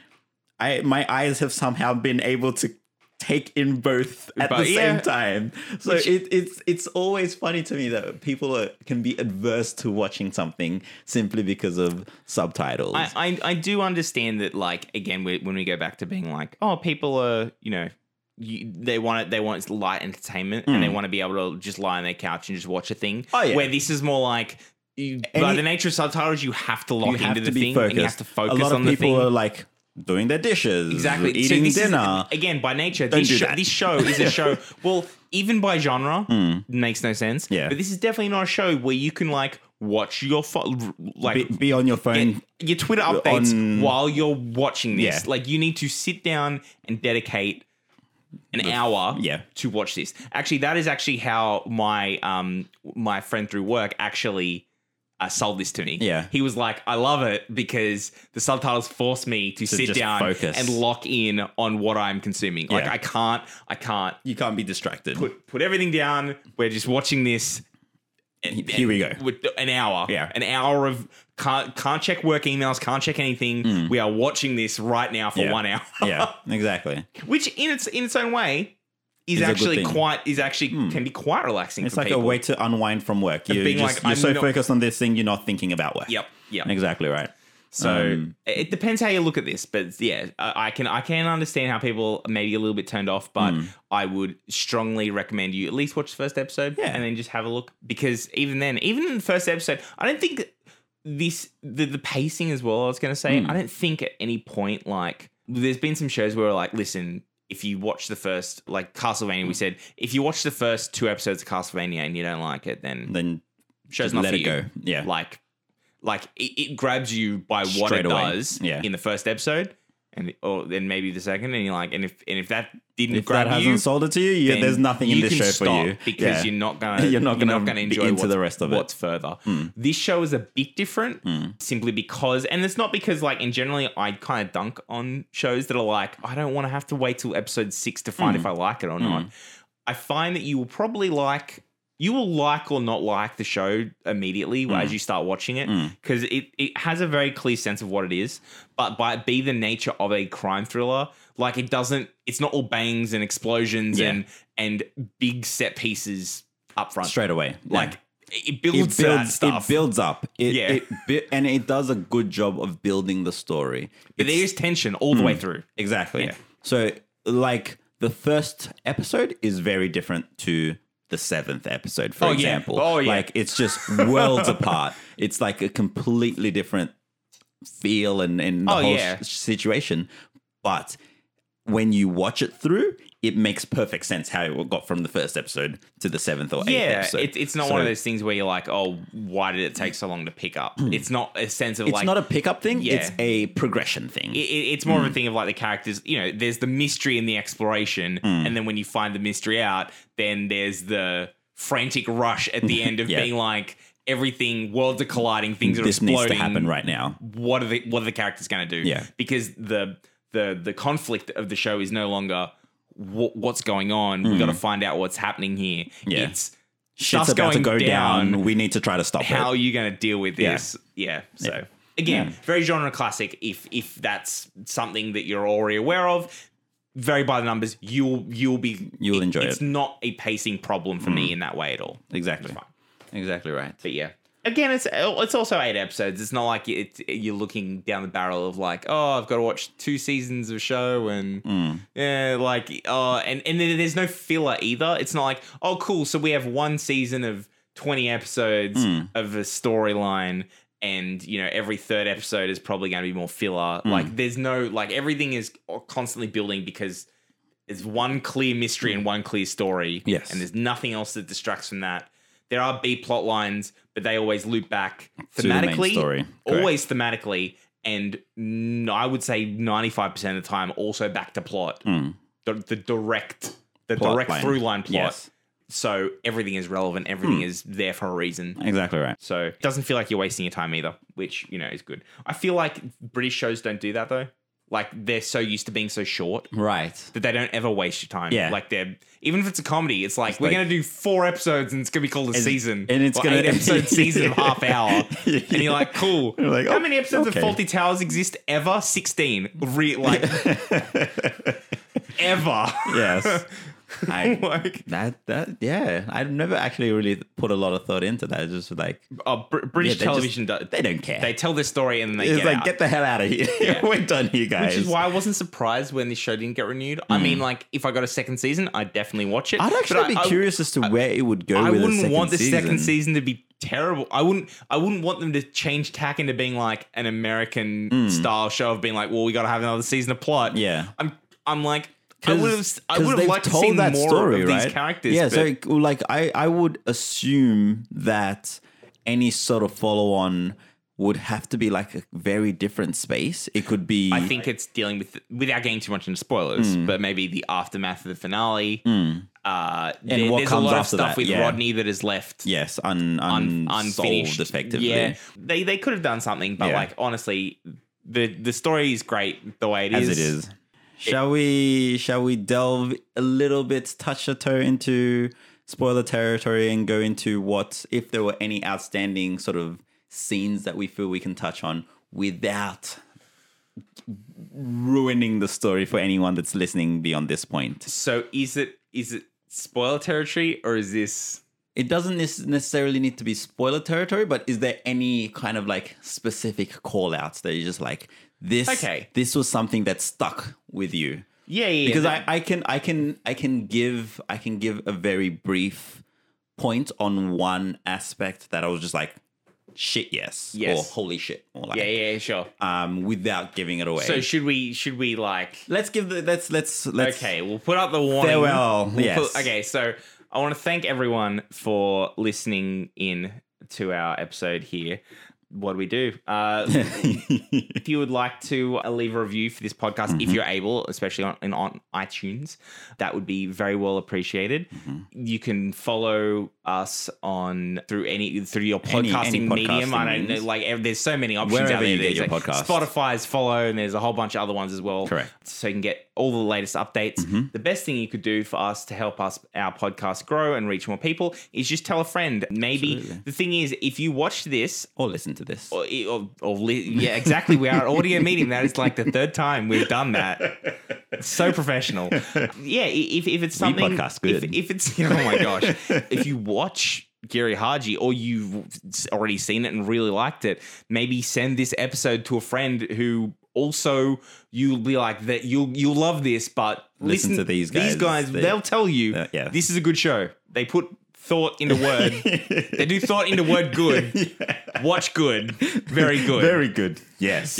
S2: I my eyes have somehow been able to take in both at
S1: But-
S2: the
S1: yeah.
S2: same time. So
S1: Which-
S2: it, it's it's always funny to me that people are, can be adverse to watching something simply because of subtitles.
S1: I, I, I do understand that, like, again, we, when we go back to being like, oh, people are, you know, you, they want it, they want light entertainment and they want to be able to just lie on their couch and just watch a thing.
S2: Mm. Oh, yeah.
S1: Where this is more like, you, by
S2: Any-
S1: the nature of subtitles, you have to lock
S2: you have
S1: into the
S2: to be
S1: thing
S2: focused.
S1: and you have to focus
S2: a lot
S1: on
S2: of
S1: the
S2: people
S1: thing.
S2: are like doing their dishes,
S1: exactly So
S2: eating
S1: this is-
S2: dinner.
S1: again by nature this,
S2: do
S1: show,
S2: that.
S1: this show is a show well even by genre makes no sense
S2: Mm. Yeah.
S1: but this is definitely not a show where you can like watch your fo- like
S2: be, be on your phone.
S1: get your Twitter updates
S2: on-
S1: while you're watching this.
S2: Yeah.
S1: Like you need to sit down and dedicate an hour
S2: yeah.
S1: to watch this. Actually, that is actually how my um my friend through work actually uh, sold this to me.
S2: Yeah.
S1: He was like, I love it because the subtitles force me to, sit
S2: just
S1: down
S2: focus.
S1: and lock in on what I'm consuming. Like
S2: Yeah.
S1: I can't I can't
S2: You can't be distracted.
S1: put put everything down. We're just watching this
S2: Here we go.
S1: with an hour.
S2: Yeah.
S1: An hour of can't can't check work emails, can't check anything. We are watching this right now for
S2: Hmm. Yeah.
S1: one hour.
S2: yeah, exactly.
S1: Which in its in its own way is
S2: Is a good
S1: actually
S2: thing. Hmm.
S1: quite is actually can be quite relaxing.
S2: It's
S1: for
S2: like
S1: people.
S2: a way to unwind from work. You're,
S1: being
S2: just,
S1: like,
S2: you're
S1: I'm
S2: so
S1: not-
S2: focused on this thing, you're not thinking about work.
S1: Yep. Yep.
S2: Exactly right.
S1: So
S2: Um,
S1: it it depends how you look at this, but yeah, I I can I can understand how people may be a little bit turned off,
S2: Hmm.
S1: but I would strongly recommend you at least watch the first episode
S2: Yeah.
S1: and then just have a look because even then, even in the first episode, I don't think this the, the pacing as well. I was going to
S2: Hmm.
S1: say I don't think at any point like there's been some shows where like listen. If you watch the first, like Castlevania,
S2: Hmm.
S1: we said, if you watch the first two episodes of Castlevania and you don't like it, then
S2: then
S1: show's
S2: just
S1: not
S2: let
S1: for
S2: it
S1: you
S2: go. Yeah.
S1: like like it, it grabs you by what
S2: Straight
S1: it
S2: away.
S1: does
S2: Yeah.
S1: in the first episode and or then maybe the second and you're like and if and if that didn't
S2: if
S1: grab
S2: that hasn't
S1: you
S2: sold it to you, you
S1: then
S2: there's nothing in
S1: you
S2: this
S1: can
S2: show
S1: stop
S2: for you.
S1: because
S2: yeah.
S1: you're not gonna
S2: You're not gonna be
S1: enjoy
S2: into
S1: what's-
S2: the rest of it. Hmm.
S1: what's further this show is a bit different simply because and it's not because like in generally i kind of dunk on shows that are like i don't want to have to wait till episode six to find if
S2: Mm.
S1: i like it or not i find that you will probably like you will like or not like the show immediately
S2: Mm.
S1: as you start watching it because it, it has a very clear sense of what it is but by be the nature of a crime thriller like it doesn't it's not all bangs and explosions
S2: Yeah.
S1: and and big set pieces up front
S2: straight away.
S1: like
S2: Yeah.
S1: it builds, to that stuff
S2: It builds up. It,
S1: Yeah.
S2: it bu- and it does a good job of building the story.
S1: but there is tension all the way
S2: Mm.
S1: through
S2: Exactly.
S1: Yeah.
S2: So, like, the first episode is very different to the seventh episode, for
S1: Oh, yeah.
S2: example.
S1: Oh, yeah.
S2: Like, it's just worlds apart. It's like a completely different feel and, and the
S1: Oh,
S2: whole
S1: yeah.
S2: s- situation. But when you watch it through, it makes perfect sense how it got from the first episode to the seventh or eighth
S1: yeah
S2: episode.
S1: it, it's not
S2: So
S1: one of those things where you're like oh why did it take so long to pick up it's not a sense of
S2: Hmm. It's
S1: like
S2: not a Hmm. pickup thing.
S1: Yeah.
S2: It's a progression thing.
S1: it, it- it's more of a thing of like the characters you know there's the mystery and the exploration
S2: Hmm.
S1: and then when you find the mystery out then there's the frantic rush at the end of
S2: Yeah.
S1: being like everything worlds are colliding things are
S2: this
S1: exploding
S2: needs to happen right now.
S1: what are the what are the characters going to do?
S2: Yeah.
S1: because the the the conflict of the show is no longer wh- what's going on. We got to find out what's happening here.
S2: Hmm. Yeah.
S1: It's
S2: Shit's
S1: stuff's
S2: about to
S1: going
S2: go down.
S1: down.
S2: We need to try to stop it.
S1: how are you going to deal with
S2: Yeah.
S1: this? Yeah. So again, very genre classic. If if that's something that you're already aware of, very by the numbers, you'll you'll be
S2: You'll enjoy
S1: It's
S2: it. Mm.
S1: not a pacing problem for me in that way at all.
S2: Exactly.
S1: It's fine.
S2: Exactly right.
S1: But yeah. Again, it's it's also eight episodes. It's not like it, you're looking down the barrel of like, oh, I've got to watch two seasons of show
S2: Mm.
S1: and yeah, like oh, and and then there's no filler either. It's not like
S2: Hmm.
S1: oh, cool. So we have one season of twenty episodes of a storyline, and you know every third episode is probably going to be more filler.
S2: Hmm.
S1: Like there's no like everything is constantly building because there's one clear mystery and one clear story.
S2: Yes.
S1: and there's nothing else that distracts from that. There are B plot lines, but they always loop back
S2: To the main
S1: thematically,
S2: story. Correct.
S1: always thematically, and n- I would say 95% of the time also back to plot. The, the direct the
S2: Plot
S1: direct
S2: line.
S1: through line plot.
S2: Yes. Hmm.
S1: So everything is relevant, everything is there for a reason.
S2: Exactly right.
S1: So it doesn't feel like you're wasting your time either, which, you know, is good. I feel like British shows don't do that though. Like they're so used to being so short
S2: Right.
S1: that they don't ever waste your time.
S2: Yeah.
S1: Like they're even if it's a comedy, it's like we're
S2: like-
S1: gonna do four episodes and it's gonna be called a season.
S2: and it's
S1: Or
S2: gonna-
S1: eight episode season of half hour. And you're like, cool.
S2: You're like,
S1: How
S2: oh,
S1: many episodes
S2: okay.
S1: of Faulty Towers exist ever? Sixteen. Re- like ever.
S2: Yes. I,
S1: like
S2: that that yeah. I've never actually really put a lot of thought into that. It's just like
S1: oh, Br-
S2: yeah,
S1: British
S2: they
S1: television
S2: just-
S1: does
S2: they don't care.
S1: they tell their story and then they
S2: it's
S1: get
S2: like
S1: out.
S2: get the hell out of here.
S1: Yeah.
S2: We're done here, guys.
S1: which is why I wasn't surprised when this show didn't get renewed.
S2: Hmm.
S1: I mean, like, if I got a second season, I'd definitely watch it.
S2: I'd
S1: But
S2: actually
S1: I-
S2: be
S1: I-
S2: curious as to where it would go.
S1: I
S2: with a
S1: wouldn't
S2: second
S1: want the second
S2: season.
S1: season to be terrible. I wouldn't. I wouldn't want them to change tack into being like an American style show of being like, well, we got to have another season of plot.
S2: Hmm. Yeah.
S1: I'm. I'm like, I
S2: 'Cause-
S1: would have. I
S2: 'cause
S1: would have
S2: they've
S1: liked to see more of these characters.
S2: Yeah,
S1: but
S2: so like I, I would assume that any sort of follow on would have to be like a very different space. It could be
S1: I think it's dealing with without getting too much into spoilers,
S2: Hmm.
S1: but maybe the aftermath of the finale. Uh, and
S2: what
S1: there's
S2: comes
S1: a lot
S2: after
S1: of stuff
S2: that,
S1: with
S2: yeah.
S1: Rodney that is left.
S2: yes, un,
S1: un-
S2: un,
S1: unfinished.
S2: unsolved effectively.
S1: Yeah, they they could have done something, but
S2: Yeah.
S1: like honestly, the the story is great the way it
S2: As
S1: is.
S2: it is. Shall we shall we delve a little bit touch a toe into spoiler territory and go into what if there were any outstanding sort of scenes that we feel we can touch on without ruining the story for anyone that's listening beyond this point.
S1: So is it is it spoiler territory or is this?
S2: It doesn't nes- necessarily need to be spoiler territory, but is there any kind of like specific call outs that you're just like this
S1: Okay.
S2: this was something that stuck with you?
S1: Yeah, yeah.
S2: because I, I can I can I can give I can give a very brief point on one aspect that I was just like shit yes,
S1: Yes.
S2: or holy shit or like
S1: yeah, yeah, sure.
S2: um without giving it away.
S1: So should we should we like?
S2: let's give the let's let's let's
S1: Okay, we'll put up the warning.
S2: farewell.
S1: We'll
S2: yes.
S1: put- okay, so I want to thank everyone for listening in to our episode here. What do we do? Uh, if you would like to uh, leave a review for this podcast,
S2: Mm-hmm.
S1: if you're able, especially on, in- on iTunes, that would be very well appreciated.
S2: Mm-hmm.
S1: You can follow us on through any through your
S2: Any-
S1: podcasting
S2: any
S1: medium. I
S2: podcasting
S1: don't know,
S2: means.
S1: like ev- there's so many options out
S2: Wherever
S1: there.
S2: you get
S1: There's,
S2: your
S1: like,
S2: podcast.
S1: Spotify's follow, and there's a whole bunch of other ones as well.
S2: Correct. Mm-hmm.
S1: So you can get all the latest updates. The best thing you could do for us to help us our podcast grow and reach more people is just tell a friend. Maybe
S2: Absolutely.
S1: the thing is, if you watch this
S2: or listen to this.
S1: or, or, or li- yeah, exactly. We are an audio meeting. That is like the third time we've done that. So professional. Yeah. i- If, if it's something,
S2: podcast
S1: if,
S2: good.
S1: if it's, oh my gosh, if you watch Gary Haji or you've s- already seen it and really liked it, maybe send this episode to a friend who also you'll be like that. You'll, you'll love this, but
S2: Listen to these guys.
S1: These guys,
S2: They-
S1: they, will tell you
S2: Uh, yeah.
S1: this is a good show. They put thought into word. they do thought into word good. Watch good. Very good.
S2: Very good. Yes.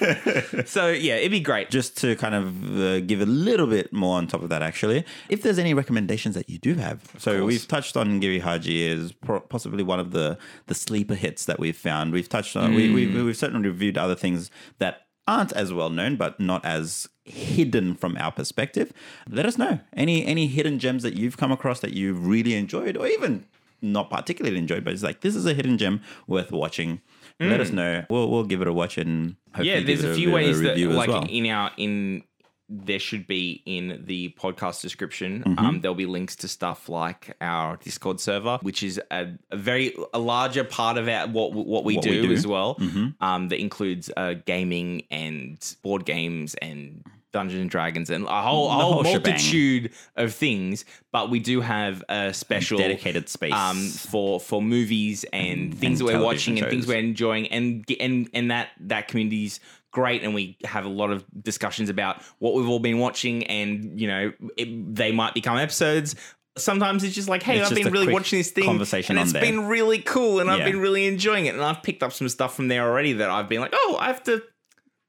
S1: Yes. so yeah, it'd be great.
S2: just to kind of uh, give a little bit more on top of that, actually, if there's any recommendations that you do have, so
S1: course.
S2: we've touched on Giri Haji is pro- possibly one of the the sleeper hits that we've found. We've touched on we,
S1: Mm.
S2: we we've certainly reviewed other things that aren't as well known, but not as hidden from our perspective. Let us know any any hidden gems that you've come across that you really enjoyed, or even not particularly enjoyed, but it's like this is a hidden gem worth watching. Let us know. We'll we'll give it a watch and hopefully
S1: Mm. Yeah,
S2: give
S1: there's
S2: it
S1: a few
S2: bit of
S1: ways that
S2: review as
S1: like
S2: well.
S1: in our in there should be in the podcast description.
S2: Mm-hmm.
S1: Um, there'll be links to stuff like our Discord server, which is a, a very a larger part of our what what we,
S2: What we
S1: do,
S2: do. Mm-hmm.
S1: as well. Um, that includes uh, gaming and board games and Dungeons and Dragons and a whole, a
S2: The
S1: whole,
S2: whole shebang.
S1: multitude of things. But we do have a special
S2: dedicated space.
S1: um, for for movies and things
S2: and
S1: that we're
S2: television
S1: watching and things
S2: shows.
S1: we're enjoying and ge- and and that that community's great and we have a lot of discussions about what we've all been watching and you know it, they might become episodes sometimes it's just like, hey,
S2: It's
S1: I've
S2: just
S1: been
S2: a
S1: really
S2: quick
S1: watching this thing,
S2: conversation
S1: and
S2: on
S1: it's
S2: there.
S1: been really cool, and I've
S2: Yeah.
S1: been really enjoying it, and I've picked up some stuff from there already that I've been like, oh, I have to,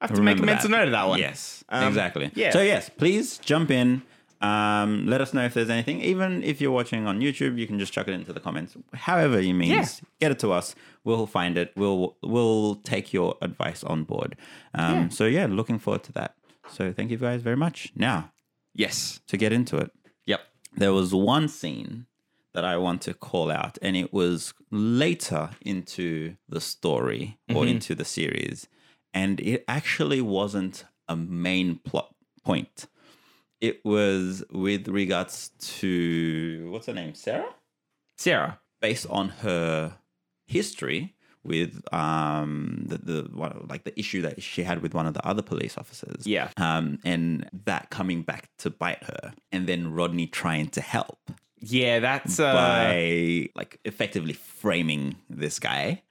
S1: I have to make a
S2: Remember
S1: mental
S2: that.
S1: note of that one.
S2: Yes,
S1: Um,
S2: exactly.
S1: yeah.
S2: So yes, please jump in. Um, let us know if there's anything. Even if you're watching on YouTube, you can just chuck it into the comments. However you means,
S1: Yeah.
S2: get it to us. We'll find it. We'll we'll take your advice on board. Um,
S1: Yeah.
S2: So yeah, looking forward to that. So thank you guys very much. Now
S1: Yes.
S2: to get into it,
S1: Yep.
S2: there was one scene that I want to call out, and it was later into the story or into the series, and it actually wasn't a main plot point. It was with regards to what's her name, Sarah,
S1: Sarah.
S2: based on her history with um the, the one, like the issue that she had with one of the other police officers
S1: Yeah.
S2: um and that coming back to bite her and then rodney trying to help
S1: Yeah, that's uh,
S2: by like effectively framing this guy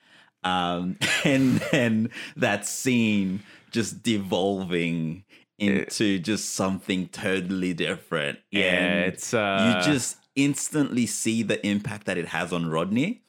S2: um and then that scene just devolving into just something totally different
S1: yeah,
S2: and
S1: it's uh,
S2: you just instantly see the impact that it has on rodney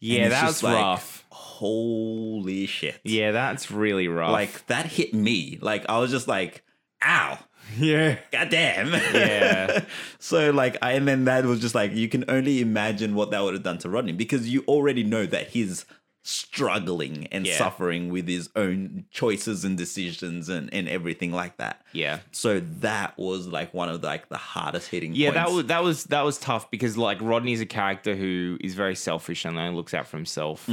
S2: and
S1: yeah,
S2: it's
S1: that's
S2: just like,
S1: rough.
S2: holy shit
S1: Yeah, that's really rough.
S2: like that hit me like i was just like ow
S1: yeah,
S2: God damn.
S1: Yeah.
S2: so like I and then that was just like you can only imagine what that would have done to Rodney because you already know that he's struggling and
S1: Yeah.
S2: suffering with his own choices and decisions and, and everything like that.
S1: yeah.
S2: So that was like one of the, like the hardest hitting
S1: Yeah,
S2: points.
S1: that was that was that was tough because like Rodney's a character who is very selfish and only looks out for
S2: Mm.
S1: himself,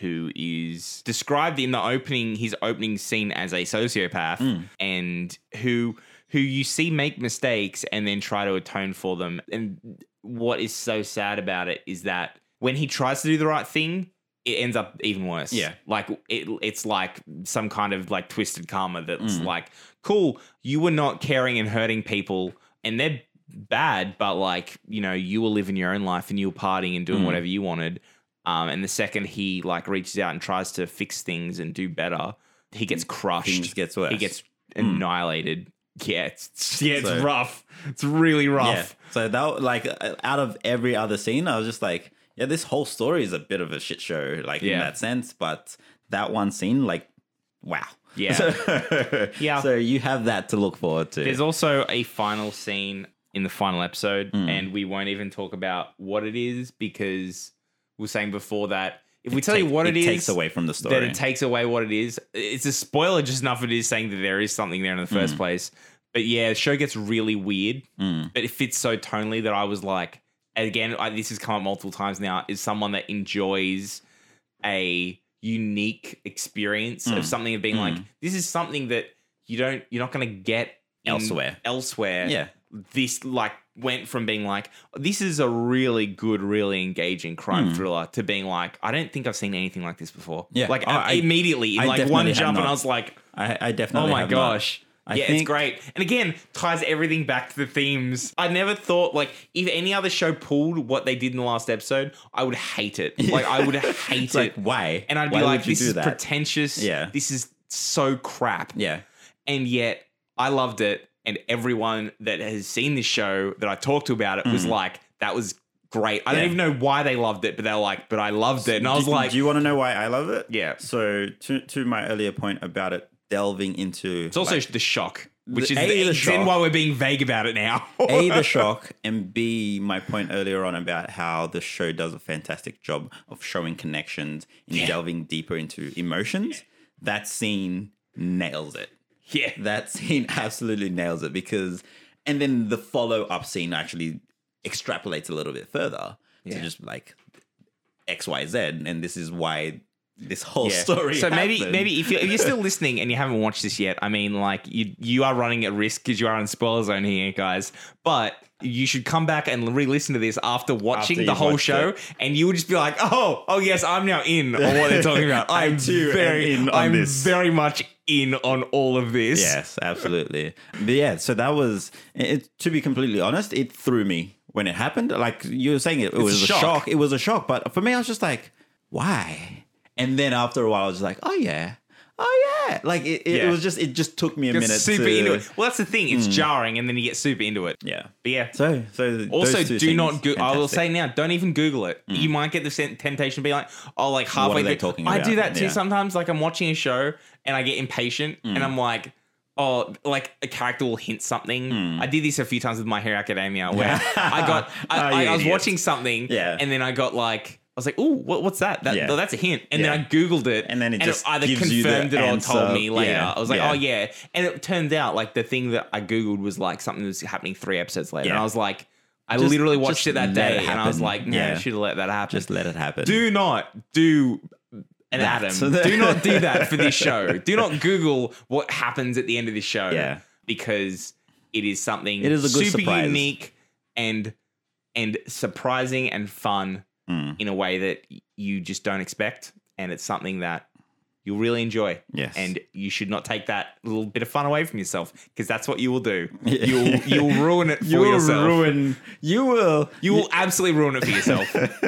S1: who is described in the opening his opening scene as a sociopath and who who you see make mistakes and then try to atone for them. And what is so sad about it is that when he tries to do the right thing, it ends up even worse.
S2: Yeah.
S1: Like it, it's like some kind of like twisted karma that's like, cool, you were not caring and hurting people and they're bad, but like, you know, you were living your own life and you were partying and doing whatever you wanted. Um, and the second he like reaches out and tries to fix things and do better, he gets crushed.
S2: things gets worse.
S1: He gets annihilated. Yeah, it's yeah, it's
S2: So-
S1: rough. It's really
S2: yeah.
S1: rough.
S2: So that like uh, out of every other scene, I was just like, yeah, this whole story is a bit of a shit show, like in
S1: Yeah.
S2: that sense. But that one scene, like, wow.
S1: Yeah.
S2: So,
S1: Yeah.
S2: So you have that to look forward to.
S1: There's also a final scene in the final episode, and we won't even talk about what it is because we were saying before that if we tell you
S2: Take-
S1: what it is,
S2: takes away from the story.
S1: that it takes away what it is. It's a spoiler, just enough it is saying that there is something there in the first place. But yeah, the show gets really weird,
S2: Mm.
S1: but it fits so tonally that I was like, and again, I, this has come up multiple times now. Is someone that enjoys a unique experience
S2: Mm.
S1: of something of being like, this is something that you don't, you're not going to get in-
S2: Elsewhere.
S1: Elsewhere,
S2: Yeah.
S1: This like went from being like, this is a really good, really engaging crime thriller to being like, I don't think I've seen anything like this before.
S2: Mm. Yeah.
S1: Like
S2: Oh, I-
S1: immediately, in
S2: I
S1: like
S2: definitely
S1: one
S2: have
S1: jump, and
S2: not.
S1: I was like,
S2: I, I
S1: oh
S2: definitely.
S1: my
S2: have not.
S1: gosh.
S2: I
S1: yeah,
S2: think-
S1: it's great. And again, ties everything back to the themes. I never thought like if any other show pulled what they did in the last episode, I would hate it. Like I would hate
S2: It's
S1: it.
S2: like why?
S1: and I'd
S2: Why
S1: be
S2: would
S1: like,
S2: you
S1: this
S2: do
S1: is
S2: that?
S1: pretentious.
S2: Yeah.
S1: This is so crap
S2: yeah.
S1: and yet I loved it. And everyone that has seen this show that I talked to about it was like, that was great. I
S2: Mm. Yeah.
S1: don't even know why they loved it, but they were like, but I loved it. And I was
S2: do,
S1: like,
S2: do you want to know why I love it?
S1: Yeah.
S2: So to to my earlier point about it delving into
S1: it's also the shock, which
S2: The-
S1: is
S2: A, the
S1: the,
S2: shock.
S1: reason why we're being vague about it now.
S2: A the shock and B my point earlier on about how the show does a fantastic job of showing connections and delving deeper into emotions. That scene nails it.
S1: yeah.
S2: That scene absolutely nails it because and then the follow up scene actually extrapolates a little bit further to
S1: Yeah.
S2: just like XYZ and this is why this whole
S1: Yeah.
S2: story
S1: So maybe
S2: happened.
S1: maybe if you're, if you're still listening and you haven't watched this yet, I mean, like you you are running at risk because you are in spoiler zone here, guys. But you should come back and re-listen to this after watching
S2: After
S1: the
S2: you've
S1: whole
S2: watched
S1: show,
S2: it.
S1: and you will just be like, oh, oh yes, I'm now in on what they're talking about.
S2: I
S1: I'm
S2: too am
S1: very
S2: in on
S1: I'm
S2: this.
S1: very much in on all of this.
S2: Yes, absolutely. but yeah, so that was it, to be completely honest, it threw me when it happened. Like you were saying, it, it was a shock.
S1: shock.
S2: It was a shock, but for me, I was just like, why? And then after a while, I was just like, oh yeah, oh yeah, like it, it,
S1: Yeah.
S2: was just it just took me a
S1: You're
S2: minute.
S1: super
S2: to, Hmm.
S1: into it. Well, that's the thing. It's jarring, and then you get super into it.
S2: Yeah.
S1: But yeah.
S2: So so th-
S1: also,
S2: those two
S1: do
S2: things,
S1: not. Go- I will
S2: fantastic. Mm.
S1: say now, don't even Google it. You might get the sen- temptation to be like, "Oh, like halfway
S2: are they
S1: through."
S2: talking
S1: I do
S2: about?
S1: that too
S2: Yeah. Mm.
S1: sometimes. Like I'm watching a show and I get impatient, and I'm like. Oh, like a character will hint something.
S2: Mm.
S1: I did this a few times with My Hero Academia, where I got, I,
S2: Oh,
S1: I,
S2: you
S1: I was
S2: idiot.
S1: watching something,
S2: Yeah.
S1: and then I got like, I was like, "Ooh, what, what's that? that
S2: Yeah.
S1: oh, that's a hint." And
S2: Yeah.
S1: then I googled it,
S2: And then it just
S1: either
S2: gives you the
S1: confirmed it or told
S2: answer.
S1: me later.
S2: Yeah.
S1: I was like,
S2: Yeah.
S1: "Oh yeah," and it turned out like the thing that I googled was like something that was happening three episodes later,
S2: Yeah.
S1: and I was like, I
S2: Just-
S1: literally watched
S2: just
S1: it that
S2: let it
S1: day, and I was
S2: happen.
S1: like, "No,
S2: Yeah.
S1: I should have let that happen."
S2: just let it happen.
S1: do not do an
S2: That.
S1: atom. do not do that for this show. Do not Google what happens at the end of this show.
S2: Yeah.
S1: because it is something
S2: It is a good
S1: super
S2: surprise.
S1: unique and and surprising and fun
S2: Mm.
S1: in a way that y- you just don't expect, and it's something that you'll really enjoy.
S2: Yes.
S1: and you should not take that little bit of fun away from yourself because that's what you will do.
S2: Yeah.
S1: You'll you'll ruin it for
S2: you will
S1: yourself.
S2: ruin. You will.
S1: you will absolutely ruin it for yourself.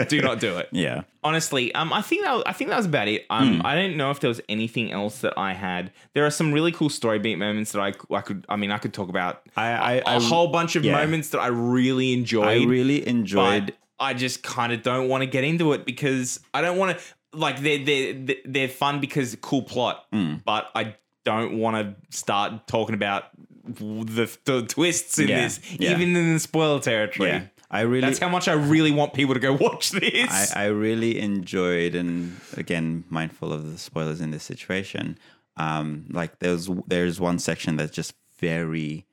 S1: do not do it
S2: Yeah.
S1: honestly, um, I think that was, I think that was about it. Um,
S2: Hmm.
S1: I don't know if there was anything else that I had. There are some really cool story beat moments that I, I could. I mean, I could talk about a
S2: I I, I
S1: whole bunch of
S2: yeah.
S1: moments that I really
S2: I
S1: enjoyed.
S2: really
S1: but
S2: enjoyed.
S1: I just kind of don't want to get into it because I don't want to. Like they're they are they're fun because cool plot,
S2: Mm.
S1: but I don't want to start talking about the, the twists in
S2: Yeah,
S1: this,
S2: yeah.
S1: even in the spoiler territory.
S2: yeah. I really.
S1: That's how much I really want people to go watch this.
S2: I, I really enjoyed, and again, mindful of the spoilers in this situation. Um, like there's there's one section that's just very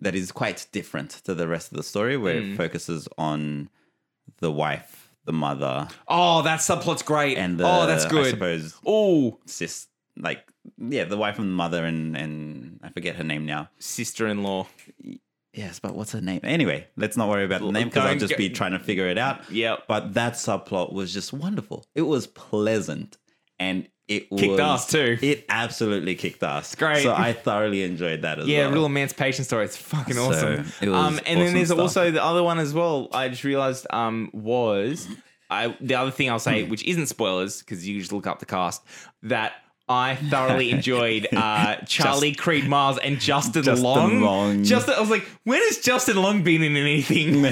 S2: that is quite different to the rest of the story, where
S1: Mm.
S2: it focuses on the wife, the mother,
S1: Oh, that subplot's great.
S2: and the
S1: oh, that's
S2: I
S1: good.
S2: suppose
S1: Oh,
S2: sis, like yeah, the wife and the mother, and and I forget her name now.
S1: sister-in-law.
S2: Yes, but what's her name? Anyway, let's not worry about the name because I'll
S1: don't
S2: just
S1: go-
S2: be trying to figure it out.
S1: Yep.
S2: But that subplot was just wonderful. It was pleasant and it
S1: Kicked
S2: was,
S1: ass too.
S2: It absolutely kicked ass.
S1: Great.
S2: So I thoroughly enjoyed that as
S1: yeah,
S2: well.
S1: real emancipation story. It's fucking
S2: So,
S1: awesome.
S2: it was
S1: um, and
S2: awesome
S1: then there's
S2: stuff.
S1: also the other one as well. I just realized um was I the other thing I'll
S2: Hmm.
S1: say, which isn't spoilers because you just look up the cast that. I thoroughly enjoyed uh, Charlie Creed Miles and Justin,
S2: Justin
S1: Long.
S2: Long.
S1: Justin, I was like, when has Justin Long been in anything?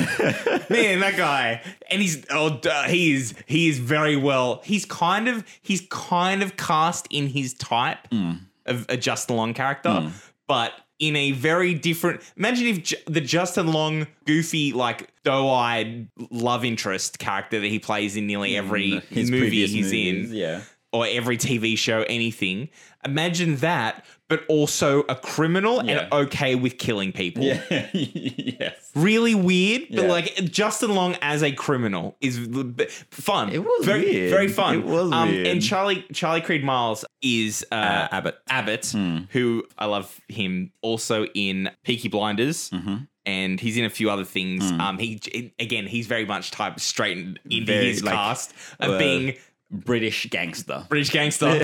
S1: Man, that guy, and he's oh, duh, he is he is very well. He's kind of he's kind of cast in his type
S2: Hmm.
S1: of a Justin Long character, but in a very different. Imagine if J- the Justin Long goofy, like doe-eyed love interest character that he plays in nearly every movie
S2: Hmm. previous
S1: he's
S2: movies,
S1: in
S2: Yeah.
S1: or every TV show, anything. Imagine that, but also a criminal
S2: Yeah.
S1: and okay with killing people
S2: Yeah. yes.
S1: really weird, but
S2: Yeah.
S1: like Justin Long as a criminal is l- b- fun.
S2: It was
S1: very,
S2: weird.
S1: very fun. Um,
S2: It was weird.
S1: And Charlie Charlie Creed Miles is uh,
S2: Abbott. Hmm.
S1: Abbott, who I love him also in Peaky Blinders.
S2: Mm-hmm.
S1: And he's in a few other things.
S2: Hmm.
S1: Um, he again, he's very much type straight into
S2: Very,
S1: his
S2: like,
S1: cast of
S2: uh,
S1: being
S2: British gangster.
S1: British gangster.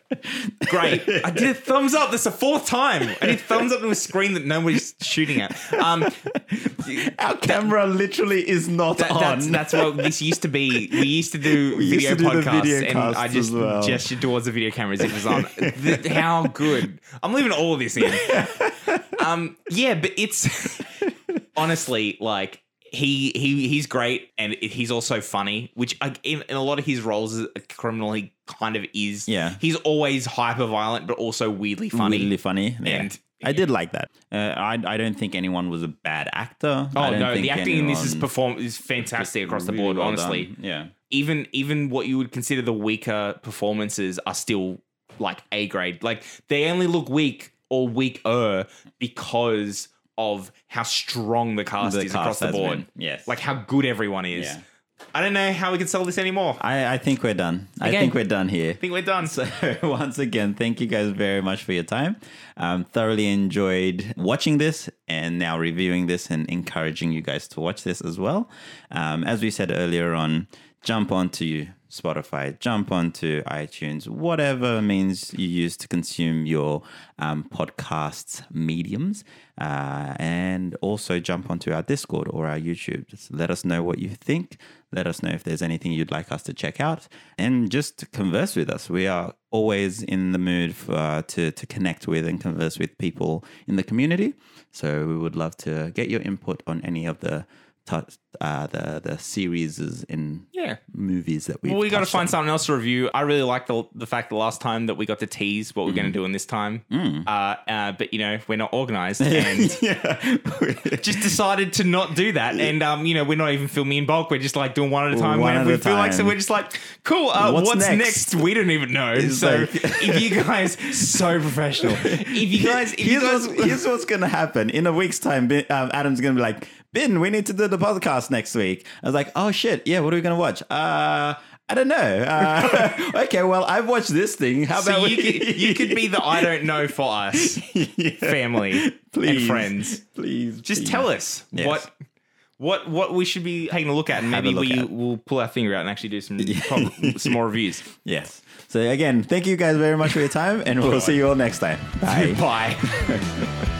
S1: Great. I did a thumbs up. That's the fourth time. I did thumbs up to a screen that nobody's shooting at. Um,
S2: Our camera literally is not
S1: that,
S2: on.
S1: that's, that's what this used to be. We used to do
S2: Oh, used
S1: video
S2: to do the
S1: podcasts,
S2: video
S1: and
S2: casts
S1: I just
S2: as well.
S1: gestured towards the video cameras. It was on. Th- how good! I'm leaving all of this in. um, yeah, but it's honestly like. He, he he's great and it- he's also funny which I, in, in a lot of his roles as a criminal he kind of is
S2: Yeah.
S1: he's always hyper violent but also weirdly funny
S2: Really funny. Yeah.
S1: And-
S2: I did like that. Uh, I I don't think anyone was a bad actor. I
S1: oh
S2: don't
S1: no
S2: think
S1: the acting in this is
S2: anyone-
S1: perform is fantastic across the
S2: really
S1: board
S2: well
S1: honestly
S2: done. Yeah.
S1: even even what you would consider the weaker performances are still like A grade. Like they only look weak or weaker because of how strong the cast
S2: The
S1: is
S2: cast
S1: across the
S2: has
S1: board.
S2: been, yes.
S1: Like how good everyone is.
S2: Yeah.
S1: I don't know how we can sell this anymore. I
S2: I, I think we're done. I
S1: Okay.
S2: think we're done here.
S1: think we're done.
S2: So once again, thank you guys very much for your time. Um, thoroughly enjoyed watching this and now reviewing this and encouraging you guys to watch this as well. Um, as we said earlier on, jump onto Spotify, jump onto iTunes, whatever means you use to consume your um, podcasts mediums, uh, and also jump onto our Discord or our YouTube. Just let us know what you think. Let us know if there's anything you'd like us to check out, and just converse with us. We are always in the mood for, uh, to to connect with and converse with people in the community. So we would love to get your input on any of the tou- uh, the the series in
S1: Yeah.
S2: movies that we've
S1: Well, we got to
S2: touched on.
S1: find something else to review. I really like the the fact the last time that we got to tease what we're
S2: Mm.
S1: going to do in this time, uh, uh, but you know we're not organised and
S2: yeah.
S1: just decided to not do that. And um, you know we're not even filming in bulk. We're just like doing one at a time
S2: One
S1: whenever
S2: at
S1: we
S2: a
S1: feel like. So
S2: time.
S1: we're just like, cool. Uh, what's
S2: What's
S1: next?
S2: next?
S1: We don't even know. so
S2: like-
S1: if you guys so professional, if you guys, if you
S2: here's,
S1: guys,
S2: what's, here's what's gonna happen in a week's time. Bin- Um, Adam's gonna be like, "Bin, we need to do the podcast next week." I was like, "Oh shit, yeah, what are we gonna watch?" Uh, I don't know. Uh, okay, well, I've watched this thing. How
S1: so
S2: about
S1: you
S2: we-
S1: could, you could be the I don't know for us
S2: Yeah.
S1: family and
S2: Please.
S1: friends.
S2: Please,
S1: Just
S2: please.
S1: tell us
S2: Yes.
S1: what what what we should be taking a look at, and
S2: Have a
S1: maybe
S2: look
S1: we
S2: at.
S1: will pull our finger out and actually do some prob- some more reviews.
S2: Yes. So again, thank you guys very much for your time, and we'll see you all next time. Bye.
S1: Bye.